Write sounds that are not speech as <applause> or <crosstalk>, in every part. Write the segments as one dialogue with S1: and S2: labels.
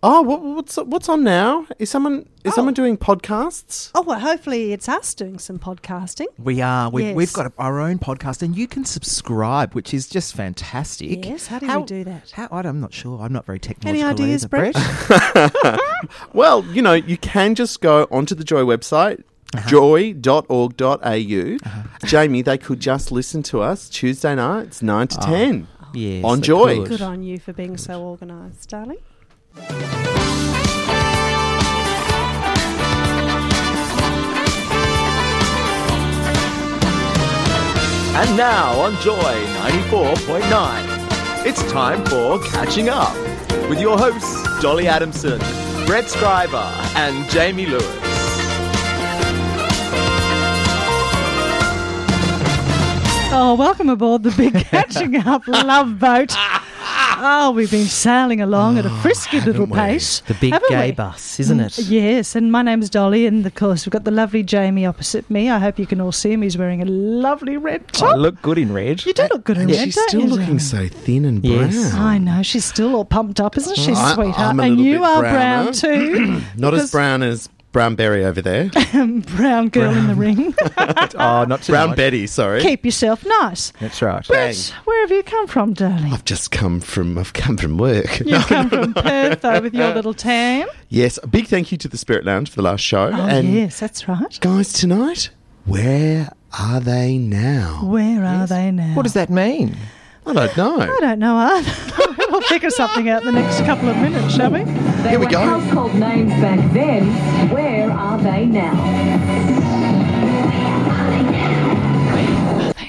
S1: Oh, what, what's what's on now? Is someone is someone doing podcasts?
S2: Oh, well, hopefully it's us doing some podcasting.
S3: We are. We've, we've
S2: Yes.
S3: got our own podcast, and you can subscribe, which is just fantastic.
S2: Yes, how do we do that?
S3: How, I don't- I'm not sure. I'm not very
S2: Any
S3: technological.
S2: ideas,
S3: either,
S2: Brett? <laughs>
S1: Well, you know, you can just go onto the Joy website, joy.org.au. Uh-huh. Jamie, they could just listen to us Tuesday nights, 9 to 10.
S3: <laughs> Yes,
S1: On
S3: they
S1: Joy.
S3: could.
S2: Good on you for being so organised, darling.
S4: And now on Joy 94.9, it's time for Catching Up with your hosts, Dolly Adamson, Brett Scriver, and Jamie Lewis.
S2: Oh, welcome aboard the
S1: <laughs>
S2: big catching up love boat. Oh, we've been sailing along at
S1: Oh,
S2: a frisky little
S3: Haven't we?
S2: pace.
S3: The big
S2: haven't
S3: gay
S2: we? Mm,
S3: bus, isn't it? <laughs>
S2: Yes, and my name's Dolly, and of course we've got the lovely Jamie opposite me. I hope you can all see him. He's wearing a lovely red top.
S3: look good in
S2: <laughs>
S3: red.
S2: you do look good in
S1: And
S2: red,
S1: Oh, she's
S2: don't
S1: still
S2: you,
S1: looking
S2: darling?
S1: so thin and brown.
S3: Yes.
S2: I know she's still all pumped up, isn't she,
S1: Well, I-
S2: sweetheart?
S1: I'm a
S2: and
S1: little
S2: you
S1: bit
S2: are
S1: browner.
S2: brown too,
S1: Not as
S2: Because-
S1: brown as Brown Berry over there. <clears throat>
S2: <laughs> brown girl in the
S1: <laughs>
S2: ring.
S3: Oh, not too
S1: brown
S3: much.
S1: Betty, sorry.
S2: Keep yourself nice.
S3: That's right.
S2: Brett, where have you come from, darling?
S3: <laughs>
S1: I've just come from I've come from
S2: <laughs>
S1: work.
S2: You've come from Perth though with your little tan.
S1: Yes, a big thank you to the Spirit Lounge for the last show.
S2: Oh,
S1: and
S2: yes, that's right.
S1: guys, tonight, where are they now?
S2: Where are they now?
S3: What does that mean?
S1: I don't know.
S2: I don't know, either. <laughs> we'll figure something out in the next couple of minutes, shall we?
S1: Here we
S5: were
S1: go.
S5: Household names back then. Where are they now?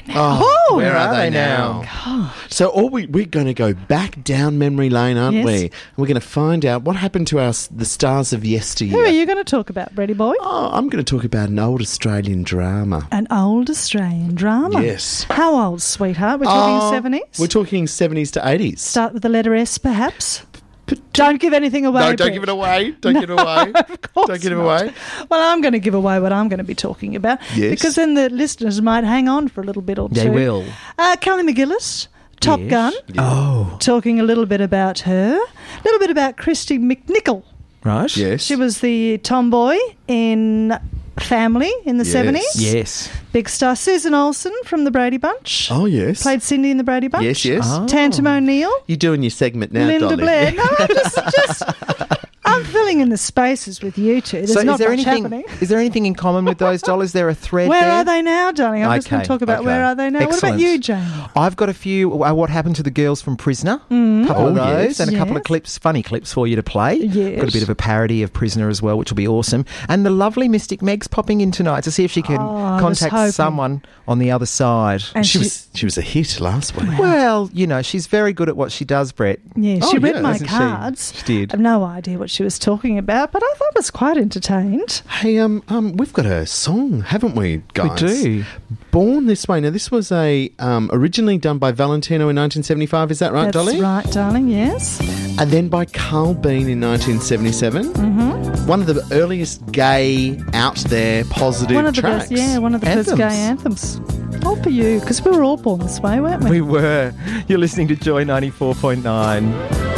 S1: Oh,
S2: Oh,
S1: where are they now? So all we we're going to go back down memory lane, aren't
S2: Yes.
S1: we? And we're going to find out what happened to our s- the stars of yesteryear.
S2: Who are you going to talk about, Brady boy?
S1: Oh, I'm going to talk about an old Australian drama.
S2: An old Australian drama.
S1: Yes.
S2: How old, sweetheart? We're talking
S1: Oh,
S2: seventies.
S1: We're talking 70s to 80s.
S2: Start with the letter S, perhaps. Don't give anything away.
S1: no, don't
S2: Brett.
S1: give it away. Don't give it away.
S2: <laughs> Of course
S1: Don't give it
S2: not.
S1: away.
S2: Well, I'm going to give away what I'm going to be talking about
S1: Yes.
S2: because then the listeners might hang on for a little bit or two.
S3: They will.
S2: Uh, Kelly McGillis, Top
S3: Yes.
S2: Gun,
S3: Oh,
S2: talking a little bit about her, a little bit about Christy McNichol.
S3: right.
S1: Yes.
S2: She was the tomboy in Family in the
S1: Yes.
S2: 70s.
S3: Yes.
S2: Big star Susan Olsen from The Brady Bunch.
S1: Oh, yes.
S2: Played Cindy in The Brady Bunch.
S1: Yes, yes.
S3: Oh.
S2: Tantum O'Neill.
S1: You're doing your segment now,
S2: Linda
S1: Dolly.
S2: Blair. No,
S3: <laughs>
S2: I'm just, just I'm filling in the spaces with you two. There's
S3: so,
S2: not
S3: is there
S2: much
S3: anything?
S2: happening.
S3: Is there anything in common with
S2: <laughs>
S3: those dollars? There a thread
S2: Where
S3: there?
S2: are they now, darling? I'm just going
S3: Okay,
S2: to talk about
S3: okay.
S2: where are they now. What
S3: Excellent.
S2: about you, Jamie?
S3: I've got a few. uh, What happened to the girls from Prisoner?
S2: Mm-hmm.
S3: A couple of
S1: Oh,
S3: those,
S1: yes.
S3: and a couple
S2: Yes.
S3: of clips, funny clips for you to play.
S2: Yes.
S3: Got a bit of a parody of Prisoner as well, which will be awesome. And the lovely Mystic Meg's popping in tonight to see if she can
S2: Oh, I was hoping.
S3: contact someone on the other side.
S2: And
S1: She was she was a hit last week.
S3: Well, you know, she's very good at what she does, Brett.
S2: Yeah, she
S1: Oh,
S2: read
S1: yeah,
S2: my
S1: isn't
S3: she?
S2: cards.
S3: She did.
S2: I've no idea what she was talking about, but I thought I was quite entertained.
S1: Hey, um, um, we've got a song, haven't we, guys?
S3: do.
S1: Born This Way. Now, this was a um, originally done by Valentino in 1975. Is that right,
S2: That's
S1: Dolly?
S2: right, darling. Yes.
S1: And then by Carl Bean in 1977. Mm-hmm. One of the earliest gay out there positive
S2: one of the
S1: tracks.
S2: best. Yeah, one of the best gay anthems. All for you, because we were all born this way, weren't
S3: We
S2: we?
S3: were. You're listening to Joy 94.9.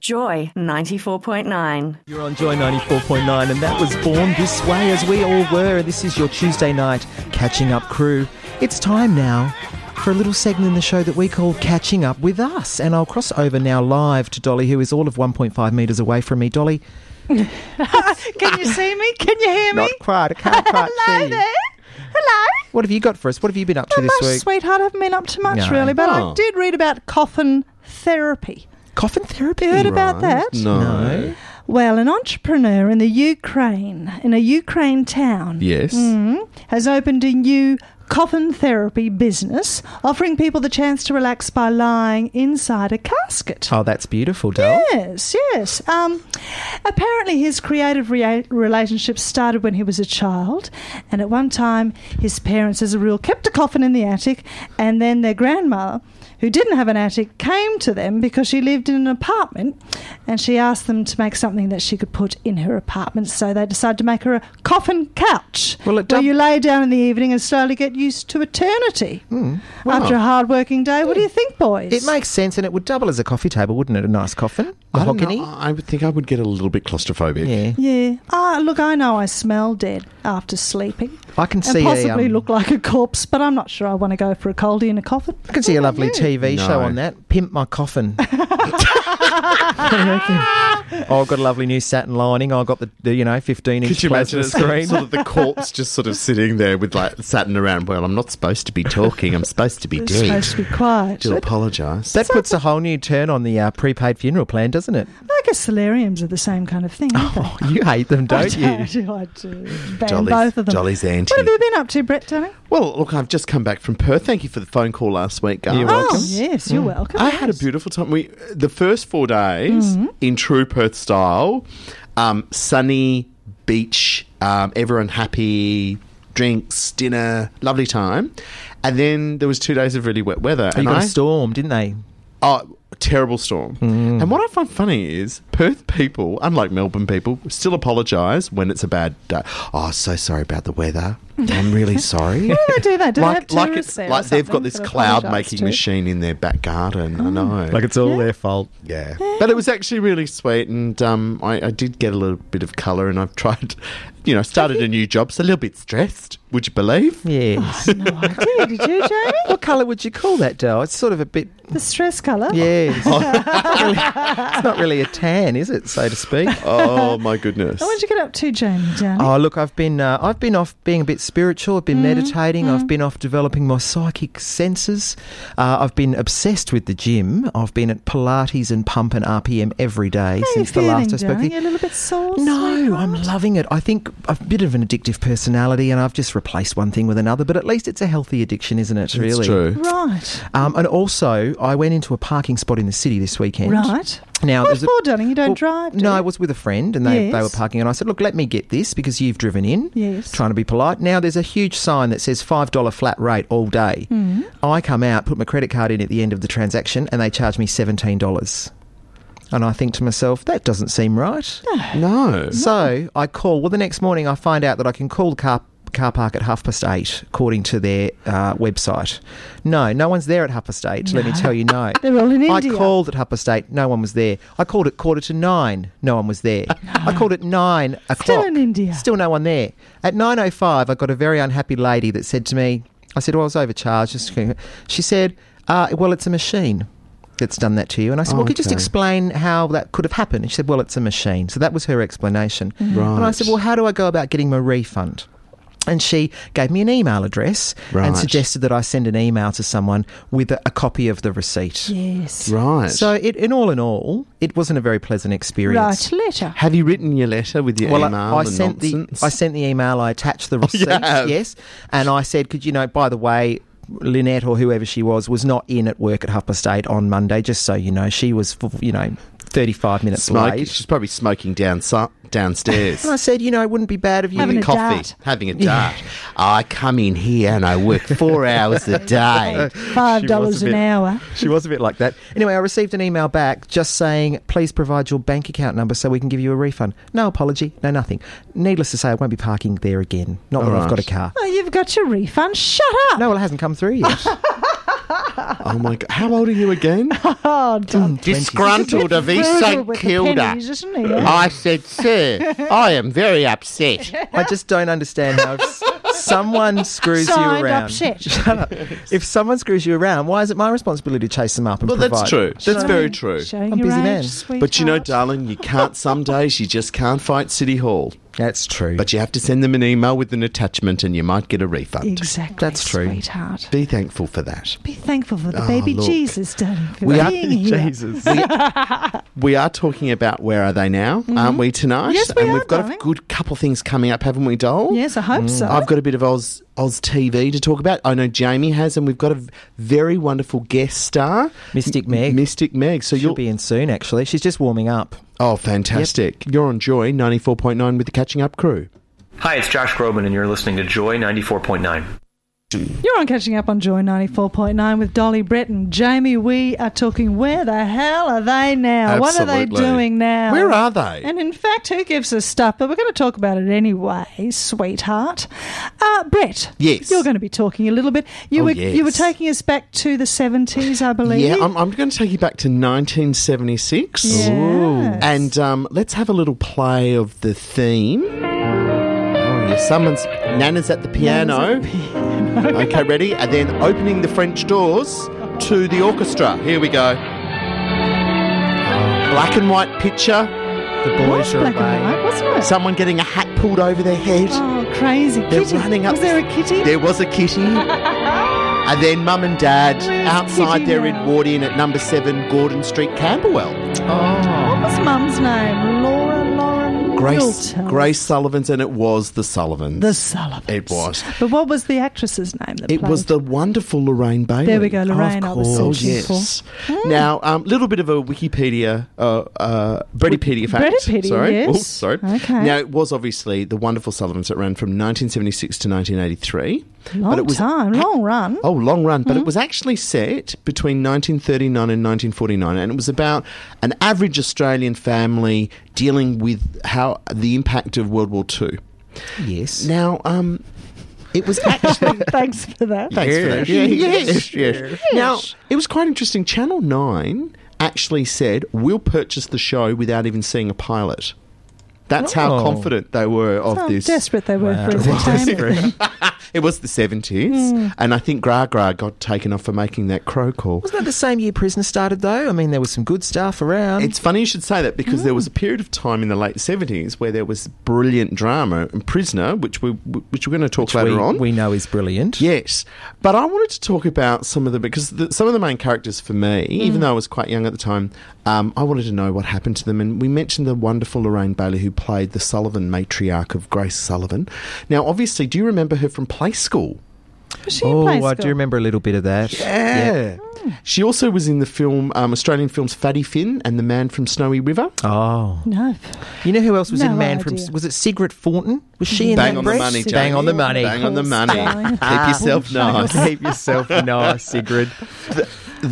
S6: Joy 94.9.
S3: You're on Joy 94.9, and that was Born This Way, as we all were. This is your Tuesday night catching up crew. It's time now for a little segment in the show that we call Catching Up with Us. And I'll cross over now live to Dolly, who is all of 1.5 metres away from me. Dolly,
S2: Can you see me? Can you hear me?
S3: not quite. I
S2: <laughs>
S3: can't quite
S2: Hello
S3: see. you.
S2: there. Hello.
S3: What have you got for us? What have you been up to
S2: Not
S3: this
S2: much,
S3: week?
S2: sweetheart. I haven't been up to much
S3: No.
S2: really, but
S1: Oh.
S2: I did read about coffin therapy.
S3: Coffin therapy.
S2: You heard about that?
S1: No.
S3: No.
S2: Well, an entrepreneur in the Ukraine, in a Ukraine town,
S1: Yes.
S2: Mm. has opened a new coffin therapy business, offering people the chance to relax by lying inside a casket.
S3: Oh, that's beautiful, Dell.
S2: Yes, yes. Um, apparently, his creative rea- relationship started when he was a child, and at one time, his parents, as a rule, kept a coffin in the attic, and then their grandma, who didn't have an attic came to them because she lived in an apartment and she asked them to make something that she could put in her apartment. So they decided to make her a coffin couch
S3: Well, it
S2: where
S3: dub-
S2: you lay down in the evening and slowly get used to eternity after a hard working day. What do you think, boys?
S3: Hmm. It makes sense, and it would double as a coffee table, wouldn't it? A nice coffin, a
S1: I, don't know.
S3: hockey.
S1: I would think I would get a little bit claustrophobic.
S3: Yeah,
S2: Yeah. Ah, look, I know I smell dead after sleeping.
S3: I can
S2: And
S3: see a,
S2: possibly
S3: um,
S2: look like a corpse, but I'm not sure I want to go for a coldie in a coffin.
S3: I can see a lovely TV
S1: No.
S3: show on that. Pimp my
S2: <laughs>
S3: coffin. <laughs> What do you reckon? oh, I've got a lovely new satin lining. I've got the, the you know fifteen inch
S1: Could you imagine
S3: plasma
S1: it's
S3: screen.
S1: sort of the corpse just sort of sitting there with like satin around? Well, I'm not supposed to be talking. I'm supposed to be
S2: It's
S1: dead.
S2: supposed to be quiet.
S1: Do
S2: Like
S1: apologise.
S3: that puts a whole new turn on the uh, prepaid funeral plan, doesn't it?
S2: guess solariums are the same kind of thing, aren't they?
S3: Oh, you hate them,
S2: <laughs> I
S3: don't you?
S2: do, I do. Ban
S1: Dolly's-
S2: both of them.
S1: Dolly's anti.
S2: What have you been up to, Brett, darling?
S1: Well, look, I've just come back from Perth. Thank you for the phone call last week, guys.
S3: You're
S2: Oh,
S3: welcome. Mm.
S2: yes, you're welcome.
S1: I had a beautiful time. We the first four days
S2: Mm-hmm.
S1: in true Perth style, um, sunny beach, um, everyone happy, drinks, dinner, lovely time, and then there was two days of really wet weather.
S3: You
S1: and
S3: got
S1: I-
S3: a storm, didn't they?
S1: Oh, terrible storm. And what I find funny is Perth people, unlike Melbourne people, still apologise when it's a bad day. Oh, so sorry about the weather. I'm really sorry.
S2: What do they do that? Do
S1: like,
S2: they have
S1: like,
S2: tourists
S1: it's,
S2: there or
S1: like they've got
S2: something
S1: this
S2: that
S1: cloud
S2: apologise
S1: making
S2: to?
S1: machine in their back garden. I know. Like,
S3: it's all their fault.
S1: yeah. But it was actually really sweet, and um, I, I did get a little bit of colour, and I've <laughs> tried, you know, started a new job, so a little bit stressed, would you
S3: <laughs>
S1: believe?
S2: <laughs>
S3: Yes.
S2: No idea, Oh, did you, Jamie?
S3: <laughs> what colour would you call that, Dale? It's sort of a bit.
S2: The stress colour. <laughs>
S3: Yeah. it's not really- it's not really a tan, is it, so to speak?
S1: Oh, my
S2: <laughs>
S1: goodness.
S2: Oh, what did you get up to, Jamie, darling?
S3: Oh, look, I've been uh, I've been off being a bit spiritual. I've been
S2: Mm-hmm.
S3: meditating. I've been off developing my psychic senses. Uh, I've been obsessed with the gym. I've been at Pilates and pump and RPM every day
S2: How are you
S3: since the
S2: feeling,
S3: last I spoke. to you.
S2: darling? You a little bit sore?
S3: No,
S2: sweetheart?
S3: I'm loving it. I think I'm a bit of an addictive personality, and I've just replaced one thing with another. But at least it's a healthy addiction, isn't it? really,
S1: It's true.
S2: <laughs> Right.
S3: Um, and also, I went into a parking spot in the city this weekend.
S2: Right.
S3: Now,
S2: What
S3: there's a-
S2: for, darling? You don't drive, do
S3: no,
S2: you?
S3: I was with a friend, and they, they
S2: Yes.
S3: were parking, and I said, "Look, let me get this because you've driven in."
S2: Yes.
S3: Trying to be polite. Now there's a huge sign that says five dollar flat rate all day.
S2: Mm-hmm.
S3: I come out, put my credit card in at the end of the transaction, and they charge me seventeen dollars. And I think to myself, that doesn't seem right.
S1: No.
S3: So I call. Well, the next morning I find out that I can call the car car park at half past eight, according to their uh, website. No, no one's there at half past eight. Let me tell you, no.
S2: <laughs> They're all in
S3: I
S2: India.
S3: called at half past eight. No one was there. I called at quarter to nine. No one was
S2: <laughs>
S3: there. I called at nine o'clock.
S2: in India.
S3: Still no one there. At nine o five, I got a very unhappy lady that said to me, "I said, well, I was overcharged." Just- She said, uh, "Well, it's a machine." That's done that to you. And I said, Well, could you just
S1: Okay.
S3: explain how that could have happened? And she said, Well, it's a machine. So that was her explanation.
S1: Mm-hmm.
S3: And I said, Well, how do I go about getting my refund? And she gave me an email address
S1: Right.
S3: and suggested that I send an email to someone with a, a copy of the receipt.
S2: Yes.
S1: Right.
S3: So, it, in all in all, it wasn't a very pleasant experience.
S2: Right. Letter.
S1: Have you written your letter with your
S3: Well,
S1: email
S3: I, I
S1: and
S3: sent
S1: nonsense? Oh,
S3: the I sent the email. I
S1: <laughs>
S3: attached the receipt.
S1: have?
S3: Yes, and I said, could you know? By the way, Lynette or whoever she was was not in at work at half past eight on Monday. Just so you know, she was f- you know thirty five minutes
S1: Smoke,
S3: late.
S1: she's probably smoking down
S2: <laughs>
S1: downstairs.
S3: And I said, you know, it wouldn't be bad if you
S2: Having a
S1: coffee,
S2: dart.
S1: having a dart. I come in here and I work
S2: <laughs>
S1: four hours a day.
S2: Five dollars
S3: a
S2: an
S3: bit-
S2: hour.
S3: She was a bit like that. Anyway, I received an email back just saying, please provide your bank account number so we can give you a refund. No apology, no nothing. Needless to say, I won't be parking there again. Not when I've got a car.
S2: Oh, you've got your refund. Shut up.
S3: No, well, it hasn't come
S1: <laughs>
S3: through yet.
S1: Oh my god! How old are you
S3: <laughs>
S1: again?
S2: Oh, darling.
S1: Disgruntled of East
S2: Brutal
S1: St
S2: with the
S1: Kilda.
S2: pennies, isn't he? Yeah.
S1: I said, sir, I am very
S2: <laughs>
S1: upset.
S3: I just don't understand how if s- someone screws
S2: Signed
S3: you around. <laughs>
S2: upset.
S3: Shut up. If someone screws you around, why is it my responsibility to chase them up and
S1: Well, that's
S3: provide?
S1: true. That's
S2: Showing-
S1: very true.
S2: showing
S3: I'm
S2: your
S3: busy
S2: age,
S3: man.
S1: But you know,
S2: sweetheart.
S1: darling, you can't. Some days you just can't fight City Hall.
S3: That's true.
S1: But you have to send them an email with an attachment, and you might get a refund.
S2: Exactly.
S3: That's true.
S2: Sweetheart.
S1: Be thankful for that.
S2: Be thankful for the
S1: Oh,
S2: baby
S1: look.
S2: Jesus, darling, for
S1: We are-
S2: being
S3: <laughs>
S2: here.
S3: Jesus.
S1: We are talking about where are they now, aren't we tonight?
S2: Mm-hmm. Yes, we
S1: and
S2: are,
S1: we've got
S2: darling.
S1: a good couple things coming up, haven't we, Dole?
S2: Yes, I hope so.
S1: I've got a bit of Oz Oz TV to talk about. I know Jamie has, and we've got a v- very wonderful guest star,
S3: Mystic
S1: M-
S3: Meg.
S1: Mystic Meg. So
S3: She'll
S1: you'll
S3: be in soon, actually. She's just warming up.
S1: oh, fantastic! You're on Joy ninety four point nine with the Catching Up Crew.
S7: Hi, it's Josh Groban, and you're listening to Joy 94.9.
S2: You're on catching up on Joy 94.9 with Dolly Brett and Jamie. We are talking where the hell are they now? What are they
S1: Absolutely.
S2: doing now?
S1: Where are they?
S2: And in fact, who gives a stuff? But we're going to talk about it anyway, sweetheart. Uh, Brett,
S1: Yes.
S2: you're going to be talking a little bit. You
S1: Oh,
S2: were you
S1: yes.
S2: were taking us back to the 70s, I believe.
S1: Yeah, I'm, I'm going to take you back to 1976.
S2: Yes.
S1: And um, let's have a little play of the theme. Oh, yeah, someone's. Nana's at the piano. okay, ready? And then opening the French doors to the orchestra. Here we go. Black and white picture.
S3: The
S2: It
S3: boys
S2: was
S3: are
S2: black and
S3: away.
S2: white, wasn't it?
S1: Someone getting a hat pulled over their head.
S2: oh, crazy.
S1: They're
S2: kitty.
S1: running up.
S2: Was there a kitty?
S1: There was a
S2: <laughs>
S1: kitty. and then mum and dad
S2: Where's
S1: outside
S2: kitty
S1: their
S2: now?
S1: Edward Inn at number seven Gordon Street, Camberwell.
S3: Oh.
S2: What was Mum's name? Laura Lauren
S1: Grace
S2: Milton.
S1: Grace Sullivan's, and it was the Sullivans.
S2: The Sullivans.
S1: It was.
S2: But what was the actress's name that
S1: It
S2: played?
S1: was the wonderful Lorraine Bailey.
S2: There we go, Lorraine. I was Hmm.
S1: Oh
S2: searching
S1: yes. Now, a um, little bit of a Wikipedia, uh, uh, Bredipedia fact.
S2: Bredipedia,
S1: sorry.
S2: yes.
S1: Oh, sorry.
S2: Okay.
S1: Now, it was obviously the wonderful Sullivans that ran from 1976 to 1983.
S2: long
S1: but it was
S2: time, long Hmm. run. <laughs>
S1: Oh, long run, but it was actually set between 1939 and 1949, and it was about an average Australian family dealing with how the impact of World War II.
S3: Yes.
S1: Now, um, it
S2: <laughs>
S1: was actually.
S2: Thanks for that.
S1: Thanks for that. Yeah, yes, yes. Now, it was quite interesting. Channel 9 actually said, we'll purchase the show without even seeing a pilot. That's how
S3: Oh.
S1: confident they were of
S2: How
S1: this. <laughs>
S2: desperate they were for
S3: Wow.
S2: entertainment.
S1: It was the 70s, and I think Gra Gra got taken off for making that crow call.
S3: Wasn't that the same year Prisoner started, though? I mean, there was some good stuff around.
S1: It's funny you should say that because there was a period of time in the late seventies where there was brilliant drama and Prisoner, which we which we're going to talk later
S3: we,
S1: on.
S3: we know is brilliant.
S1: yes, but I wanted to talk about some of the because the, some of the main characters for me, even
S3: Mm.
S1: though I was quite young at the time, um, I wanted to know what happened to them. And we mentioned the wonderful Lorraine Bailey who played the Sullivan matriarch of Grace Sullivan. Now, obviously, do you remember her from Play School?
S2: Was she in
S3: Oh,
S2: Play
S3: I
S2: School?
S3: do remember a little bit of that.
S1: Yeah. She also was in the film um, Australian films Fatty Finn and The Man from Snowy River.
S3: Oh.
S2: No.
S3: You know who else was
S2: No
S3: in Man
S2: idea.
S3: from? Was it Sigrid Fortin? Was she in
S1: Bang
S3: that
S1: on the
S3: breast?
S1: money, Jamie.
S3: Bang on the money.
S1: Bang on the money.
S2: Styling.
S1: Keep yourself nice.
S3: <laughs>
S1: <laughs>
S3: Keep yourself nice, Sigrid.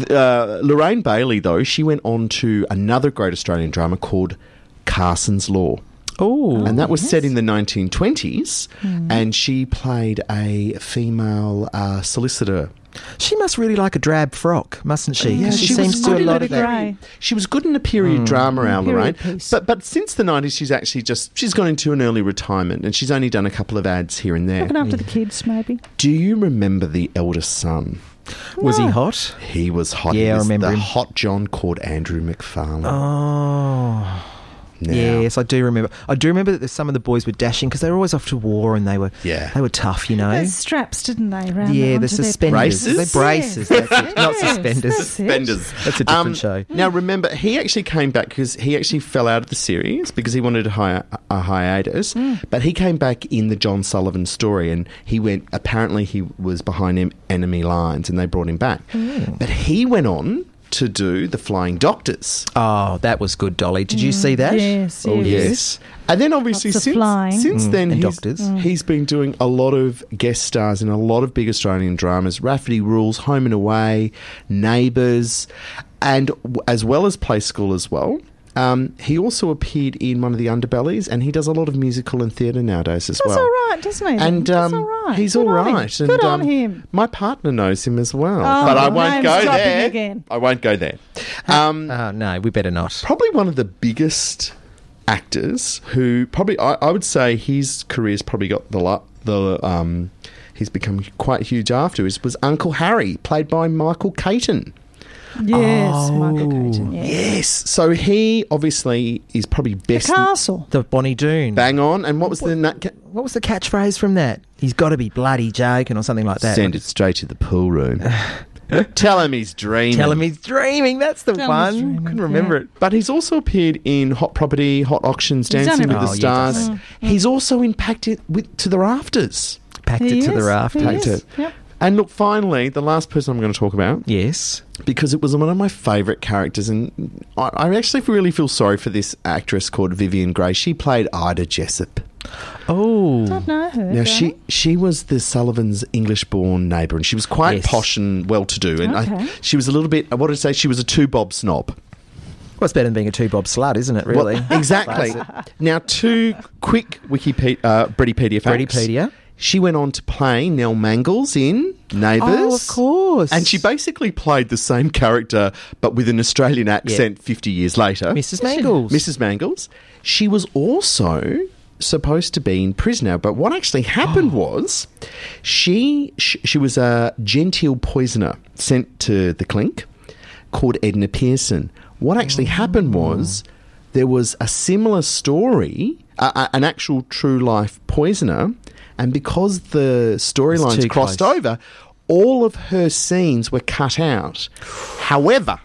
S1: Uh, Lorraine Bailey, though, she went on to another great Australian drama called Carson's Law.
S3: Oh, Hmm.
S1: And that was set in the 1920s, and she played a female uh, solicitor.
S3: she must really like a drab frock, mustn't she? 'Cause she,
S1: she was
S3: seems to
S1: good
S3: a
S1: in
S3: lot
S2: a
S3: of that.
S2: grey.
S1: She was good in a
S3: Hmm.
S1: period drama, our Lorraine.
S2: Period piece.
S1: But but since the 90s, she's actually just she's gone into an early retirement, and she's only done a couple of ads here and there.
S2: Looking after the kids, maybe.
S1: Do you remember the eldest son?
S3: Was he hot?
S1: He was hot.
S3: Yeah,
S1: he
S3: I
S1: was
S3: remember
S1: the
S3: him.
S1: hot John called Andrew McFarlane.
S3: Oh.
S1: Now,
S3: Yes, I do remember. I do remember that some of the boys were dashing because they were always off to war and they were
S1: Yeah.
S3: they were tough, you know.
S2: Those straps, didn't they? Round
S3: yeah,
S2: onto
S3: the
S2: their
S3: suspenders,
S1: Braces?
S3: They're braces,
S2: Yes.
S3: that's it. not
S2: Yes,
S3: suspenders.
S2: that's it.
S1: Benders.
S3: That's a different show.
S1: Um, Now remember, he actually came back because he actually fell out of the series because he wanted a, hi- a hiatus.
S3: Hmm.
S1: But he came back in the John Sullivan story, and he went. Apparently, he was behind him enemy lines, and they brought him back.
S3: Hmm.
S1: But he went on to do the Flying Doctors.
S3: Oh, that was good, Dolly. Did you see that?
S2: Yes,
S1: Oh
S2: yes.
S1: yes, and then obviously
S2: Lots of
S1: since
S2: flying. Mm.
S1: since then
S3: And
S1: he's,
S3: doctors.
S1: he's been doing a lot of guest stars in a lot of big Australian dramas: Rafferty Rules, Home and Away, Neighbours, and w- as well as Play School as well. Um, he also appeared in one of the Underbellies, and he does a lot of musical and theatre nowadays as
S2: That's
S1: well.
S2: all right, doesn't he?
S1: And um,
S2: That's all right.
S1: he's
S2: Good
S1: all
S2: on him.
S1: right. And,
S2: Good on
S1: um,
S2: him.
S1: My partner knows him as well,
S2: Oh,
S1: but I
S2: the
S1: won't
S2: name's
S1: go
S2: dropping
S1: there.
S2: again.
S1: I won't go there. Um,
S3: Oh no, we better not.
S1: probably one of the biggest actors who probably I, I would say his career's probably got the lu- the um he's become quite huge afterwards was Uncle Harry played by Michael Caton.
S2: Yes, Michael
S1: Oh,
S2: Keaton. Yeah.
S1: Yes, so he obviously is probably
S2: The
S1: best
S2: castle.
S3: The Bonnie Doon.
S1: bang on and what was the nut ca-
S3: What was the catchphrase from that? He's got to be bloody joking or something like that.
S1: send it straight to the pool room. <laughs> Tell him he's dreaming.
S3: Tell him he's dreaming. That's the
S2: Tell him
S3: one.
S2: he's dreaming,
S3: Couldn't remember
S2: yeah.
S3: it.
S1: But he's also appeared in Hot Property, Hot Auctions,
S2: He's done
S1: Dancing with
S2: it
S1: the
S3: all. Oh, yeah,
S1: Stars.
S3: doesn't
S1: He's also impacted with to the rafters.
S3: Packed
S2: He
S3: it to
S2: is.
S3: the raft.
S2: He
S1: Packed
S2: is.
S1: it.
S2: Yep.
S1: And look, finally, the last person I'm going to talk about
S3: Yes.
S1: because it was one of my favourite characters, and I, I actually really feel sorry for this actress called Vivian Grey. She played Ida Jessup.
S3: Oh.
S2: I know her.
S1: Now
S2: don't
S1: she she was the Sullivan's English-born neighbour, and she was quite
S3: Yes.
S1: posh and well-to-do, and
S2: Okay.
S1: I, she was a little bit. I wanted to say she was a two bob snob.
S3: Well, it's better than being a two bob slut, isn't it, really?
S1: Well, <laughs>
S3: <laughs>
S1: exactly. now, two quick Wikipedia, uh, Britipedia facts.
S3: Britipedia.
S1: She went on to play Nell Mangles in Neighbours.
S3: Oh, of course.
S1: And she basically played the same character, but with an Australian accent 50 years later.
S3: Mrs. Mangles.
S1: Mrs. Mangles. She was also supposed to be in prison now, but what actually
S3: <gasps>
S1: happened was she, she she was a genteel poisoner sent to the clink called Edna Pearson. What actually
S3: Oh.
S1: happened was there was a similar story, a, a- an actual true life poisoner, and because the
S3: too
S1: storylines crossed
S3: close.
S1: over, all of her scenes were cut out. However,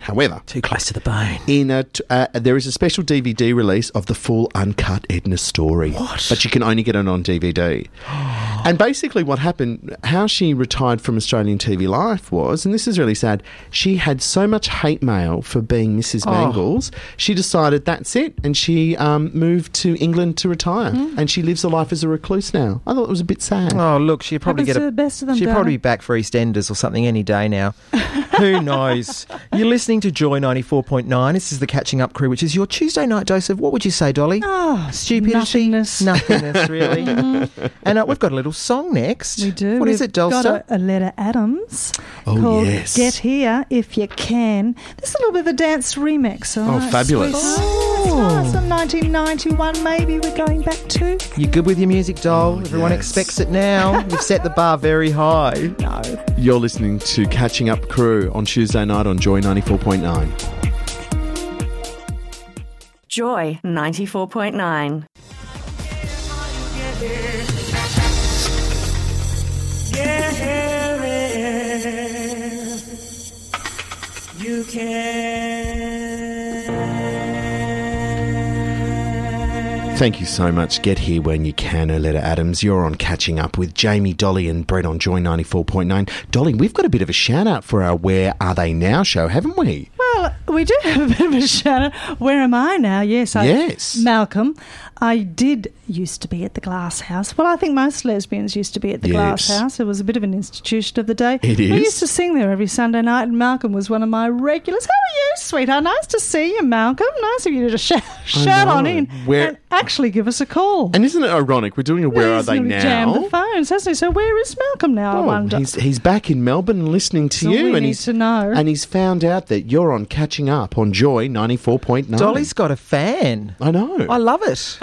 S1: however,
S3: Too close to the bone.
S1: in a t- uh, there is a special DVD release of the full uncut Edna story.
S3: What?
S1: But you can only get it on DVD.
S3: <gasps>
S1: and basically, what happened, how she retired from Australian TV life was, and this is really sad. She had so much hate mail for being Mrs.
S3: Oh.
S1: Mangles. She decided that's it, and she um, moved to England to retire. And she lives her life as a recluse now. I thought it was a bit sad.
S3: Hmm. Oh, look, she'd probably
S2: Happens
S3: get
S2: to
S3: a,
S2: the best of them,
S3: She'd
S2: darling.
S3: probably be back for EastEnders or something any day
S2: <laughs>
S3: now. Who knows? You're listening to Joy 94.9. This is the Catching Up Crew, which is your Tuesday night dose of what would you say, Dolly?
S2: Oh,
S3: Stupidity,
S2: nothingness. Mm-hmm.
S3: nothingness,
S2: <laughs>
S3: really. and uh, we've got a little song next.
S2: We do.
S3: What is
S2: We've
S3: it, Dolster?
S2: Got a, a letter Adams
S1: Oh,
S2: called
S1: yes.
S2: "Get Here If You Can." This is a little bit of a dance remix. all
S1: Oh,
S2: right?
S1: fabulous.
S2: Sweet.
S3: Oh.
S2: That's nice. From 1991, maybe we're going back to.
S3: You good with your music, Dol? Everyone
S1: yes.
S3: expects it now. You've set the bar very high.
S1: You're listening to Catching Up Crew on Tuesday night on Joy 94.9.
S8: Joy 94.9.
S1: Thank you so much. Get here when you can, Oletta Adams. You're on Catching Up with Jamie, Dolly, and Brett on Joy 94.9. Dolly, we've got a bit of a shout out for our Where Are They Now show, haven't we?
S2: Well, we do have a bit of a shout out. Where am I now? Yes, I,
S1: Yes.
S2: Malcolm. I did used to be at the Glass House. Well, I think most lesbians used to be at the Glass
S1: Yes.
S2: House. It was a bit of an institution of the day.
S1: It
S2: We
S1: is.
S2: used to sing there every Sunday night, and Malcolm was one of my regulars. How are you, sweetheart? Nice to see you, Malcolm. Nice of you to shout, shout on
S1: know.
S2: in
S1: Where-
S2: and actually give us a call.
S1: And isn't it ironic? We're doing a Where Are
S2: He's
S1: They
S2: nearly Jammed
S1: Now.
S2: the phones, hasn't he? So where is Malcolm now? I
S1: Oh,
S2: wonder.
S1: he's, he's back in Melbourne and listening to
S2: That's all
S1: you,
S2: we
S1: and
S2: need
S1: he's
S2: to know.
S1: and he's found out that you're on Catching Up on Joy ninety four point nine.
S3: Dolly's got a fan.
S1: I know.
S3: I love it.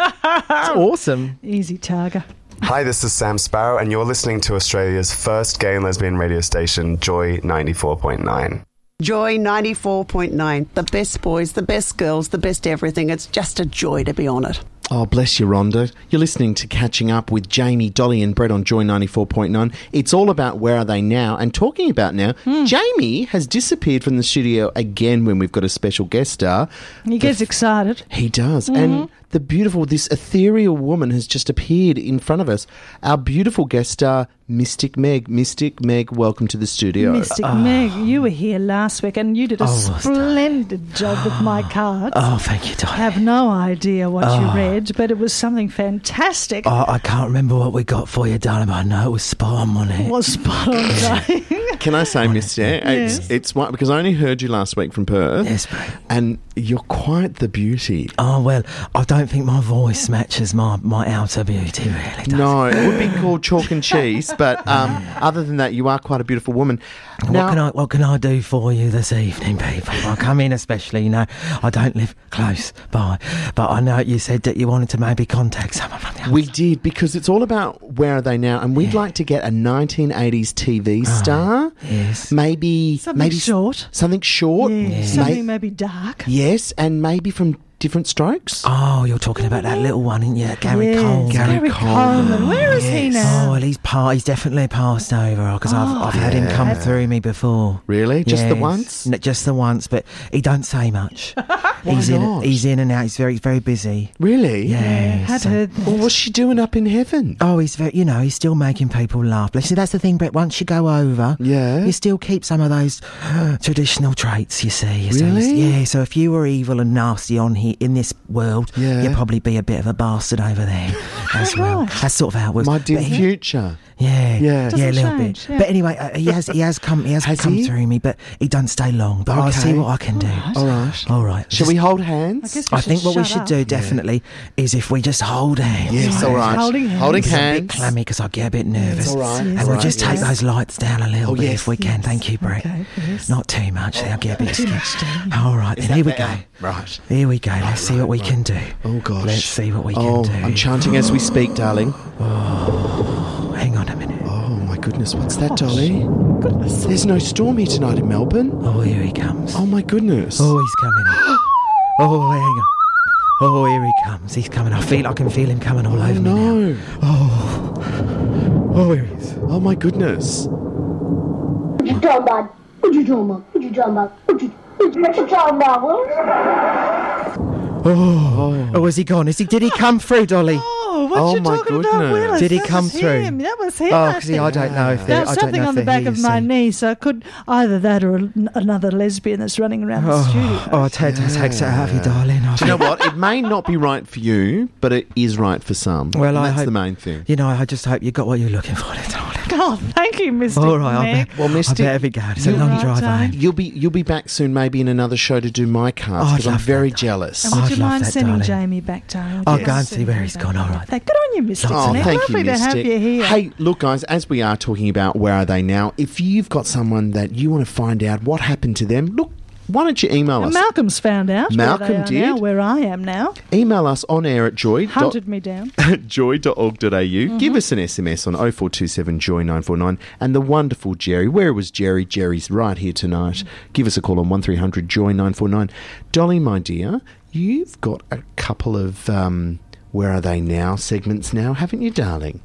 S3: It's awesome.
S2: Easy target.
S7: Hi, this is Sam Sparrow, and you're listening to Australia's first gay and lesbian radio station, Joy 94.9.
S9: Joy 94.9. The best boys, the best girls, the best everything. It's just a joy to be on it.
S1: Oh, bless you, Rhonda. You're listening to Catching Up with Jamie, Dolly, and Brett on Joy 94.9. It's all about where are they now. And talking about now, Jamie has disappeared from the studio again when we've got a special guest star.
S2: He gets excited.
S1: He does. And the beautiful, this ethereal woman has just appeared in front of us. Our beautiful guest star, Mystic Meg. Mystic Meg, welcome to the studio.
S2: Mystic Meg, you were here last week and you did a
S3: Ah. Oh, was I?
S2: splendid job
S3: <gasps>
S2: with my cards.
S3: Oh, thank you,
S2: I
S3: Dolly.
S2: have no idea what you read, but it was something fantastic.
S3: Oh, I can't remember what we got for you, darling. but I know it was spot on, wasn't it?
S2: Was spot on, darling.
S1: Can I say, Mister? It's it's one because I only heard you last week from Perth.
S3: Yes, Brett.
S1: and you're quite the beauty.
S3: Oh well, I don't think my voice matches my, my outer beauty really. Does it?
S1: No, it would be called chalk and cheese, but um, other than that, you are quite a beautiful woman.
S3: What can I what can I do for you this evening, people? I come in especially, you know, I don't live close by, but I know you said that you wanted to maybe contact someone from the outside.
S1: We did because it's all about where are they now, and we'd like to get a 1980s TV star,
S3: Ah, yes.
S1: maybe
S2: Something
S1: maybe s-
S2: short.
S1: something short,
S2: Yeah,
S1: May-
S2: Something maybe dark.
S1: yes, and maybe from different strokes.
S3: Oh, you're talking about that little one, isn't you? That Gary
S2: Yes,
S3: Cole.
S2: Gary Coleman. Where is he
S3: Oh,
S2: now?
S3: well, he's pa- He's definitely passed over because I've, I've had him come through me before.
S1: Really? Just the once?
S3: N- just the once, but he don't say much. he's
S1: not?
S3: in. He's in and out. He's very, very busy.
S1: Really?
S3: Yeah.
S2: Had
S3: so-
S2: heard that.
S1: Well, what's she doing up in heaven?
S3: Oh, he's very, you know, he's still making people laugh. But see, that's the thing, Brett. Once you go over,
S1: Yeah.
S3: you still keep some of those <gasps> traditional traits, you see. So,
S1: Really?
S3: yeah, so if you were evil and nasty on here in this world,
S1: Yeah.
S3: you'd probably be a bit of a bastard over there as well. That's sort of how it works.
S1: My dear
S3: But he-
S1: future.
S3: yeah,
S1: Yeah.
S3: yeah, a little
S4: change,
S3: bit.
S4: yeah.
S3: But anyway, uh, he has he has come he has,
S1: Has
S3: come
S1: he?
S3: through me, but he don't stay long. But I'll see
S1: Okay.
S3: what I can do.
S1: All right.
S3: All right.
S1: Shall
S3: Just-
S1: we hold hands?
S4: I guess we
S3: I
S4: should
S3: think what we
S4: shut
S3: should
S4: up.
S3: do definitely is if we just hold hands.
S1: Yes, all right.
S4: Holding hands.
S1: Holding
S3: It's a bit
S1: hands.
S3: clammy because I get a bit nervous.
S1: all right.
S3: And
S1: Yes,
S3: we'll
S1: yes,
S3: just take
S1: yes.
S3: those lights down a little
S1: Oh,
S3: bit
S1: yes.
S3: if we can. Thank you, Brett.
S4: Okay, yes.
S3: Not too much. I'll get a bit scared. All right, then here we go.
S1: Right.
S3: Here we go. Let's see what we can do.
S1: Oh gosh.
S3: Let's see what we can
S1: oh,
S3: do.
S1: I'm chanting as we speak, darling.
S3: Hang on a minute.
S1: Oh my goodness, what's that, Dolly? There's no storm here tonight in Melbourne.
S3: Oh, here he comes.
S1: Oh my goodness.
S3: Oh, he's coming. <gasps> Oh, hang on. Oh, here he comes. He's coming. I feel. I can feel him coming all
S1: Oh,
S3: over me now.
S1: no.
S3: Oh, here he is.
S1: Oh my goodness.
S10: What you talking about? What you talking about? What you talking about? What you, what you, what you talking about, Will?
S3: Oh, is he gone? Is he? Did he come through, Dolly?
S4: <laughs> Oh, what
S1: Oh
S4: you
S1: my
S4: talking about,
S1: goodness.
S4: Willis?
S3: Did he
S4: That
S3: come
S4: was
S3: through?
S4: Him. That was him.
S3: Oh,
S4: I
S3: because
S4: think.
S3: I don't know if they're-
S4: There's
S3: I don't
S4: something
S3: know
S4: on
S3: if
S4: the
S3: they're
S4: back
S3: here,
S4: of my
S3: so-
S4: knee, so it could either that or an- another lesbian that's running around the
S3: Oh,
S4: studio.
S3: oh, take, take, take, out of you, darling. I
S1: Do you know what? It may not be right for you, but it is right for some.
S3: Well, I
S1: that's
S3: hope-
S1: the main thing.
S3: You know, I just hope you got what you're looking for, <laughs> there, darling.
S2: Oh,
S4: God, thank you, Mr.
S3: All right, I
S4: Meg.
S3: bet.
S1: Well, Misty,
S3: I better be going. It's a
S1: you're
S3: long
S4: right,
S3: drive eh?
S4: darling.
S3: home.
S1: You'll be you'll be back soon, maybe in another show to do my cards
S3: Oh, I'd
S1: because I'm
S3: love
S1: very
S3: that. Oh,
S1: jealous.
S4: And would
S3: I'd
S4: you
S3: love
S4: mind
S3: that,
S4: sending
S3: darling.
S4: Jamie back, darling? Would
S3: I'll
S4: you
S3: go
S4: mind
S3: and see
S4: sending
S3: where
S4: her
S3: he's
S4: back?
S3: gone, all right.
S4: Good on you, Mr.
S1: Oh,
S4: Meg.
S1: thank
S4: Lovely
S1: you,
S4: to
S1: Mystic.
S4: have you here.
S1: Hey, look, guys, as we are talking about where are they now, if you've got someone that you want to find out what happened to them, look, why don't you email
S4: And
S1: us?
S4: Malcolm's found out.
S1: Malcolm
S4: where they are now,
S1: did?
S4: where I am now.
S1: email us on air at joy. dot-
S4: Hunted me down.
S1: <laughs> joy.org.au.
S4: Mm-hmm.
S1: Give us an SMS on 0427 Joy 949. And the wonderful Jerry, where was Jerry? Jerry's right here tonight. Give us a call on 1300 Joy 949. Dolly, my dear, you've got a couple of um, Where Are They Now segments now, haven't you, darling?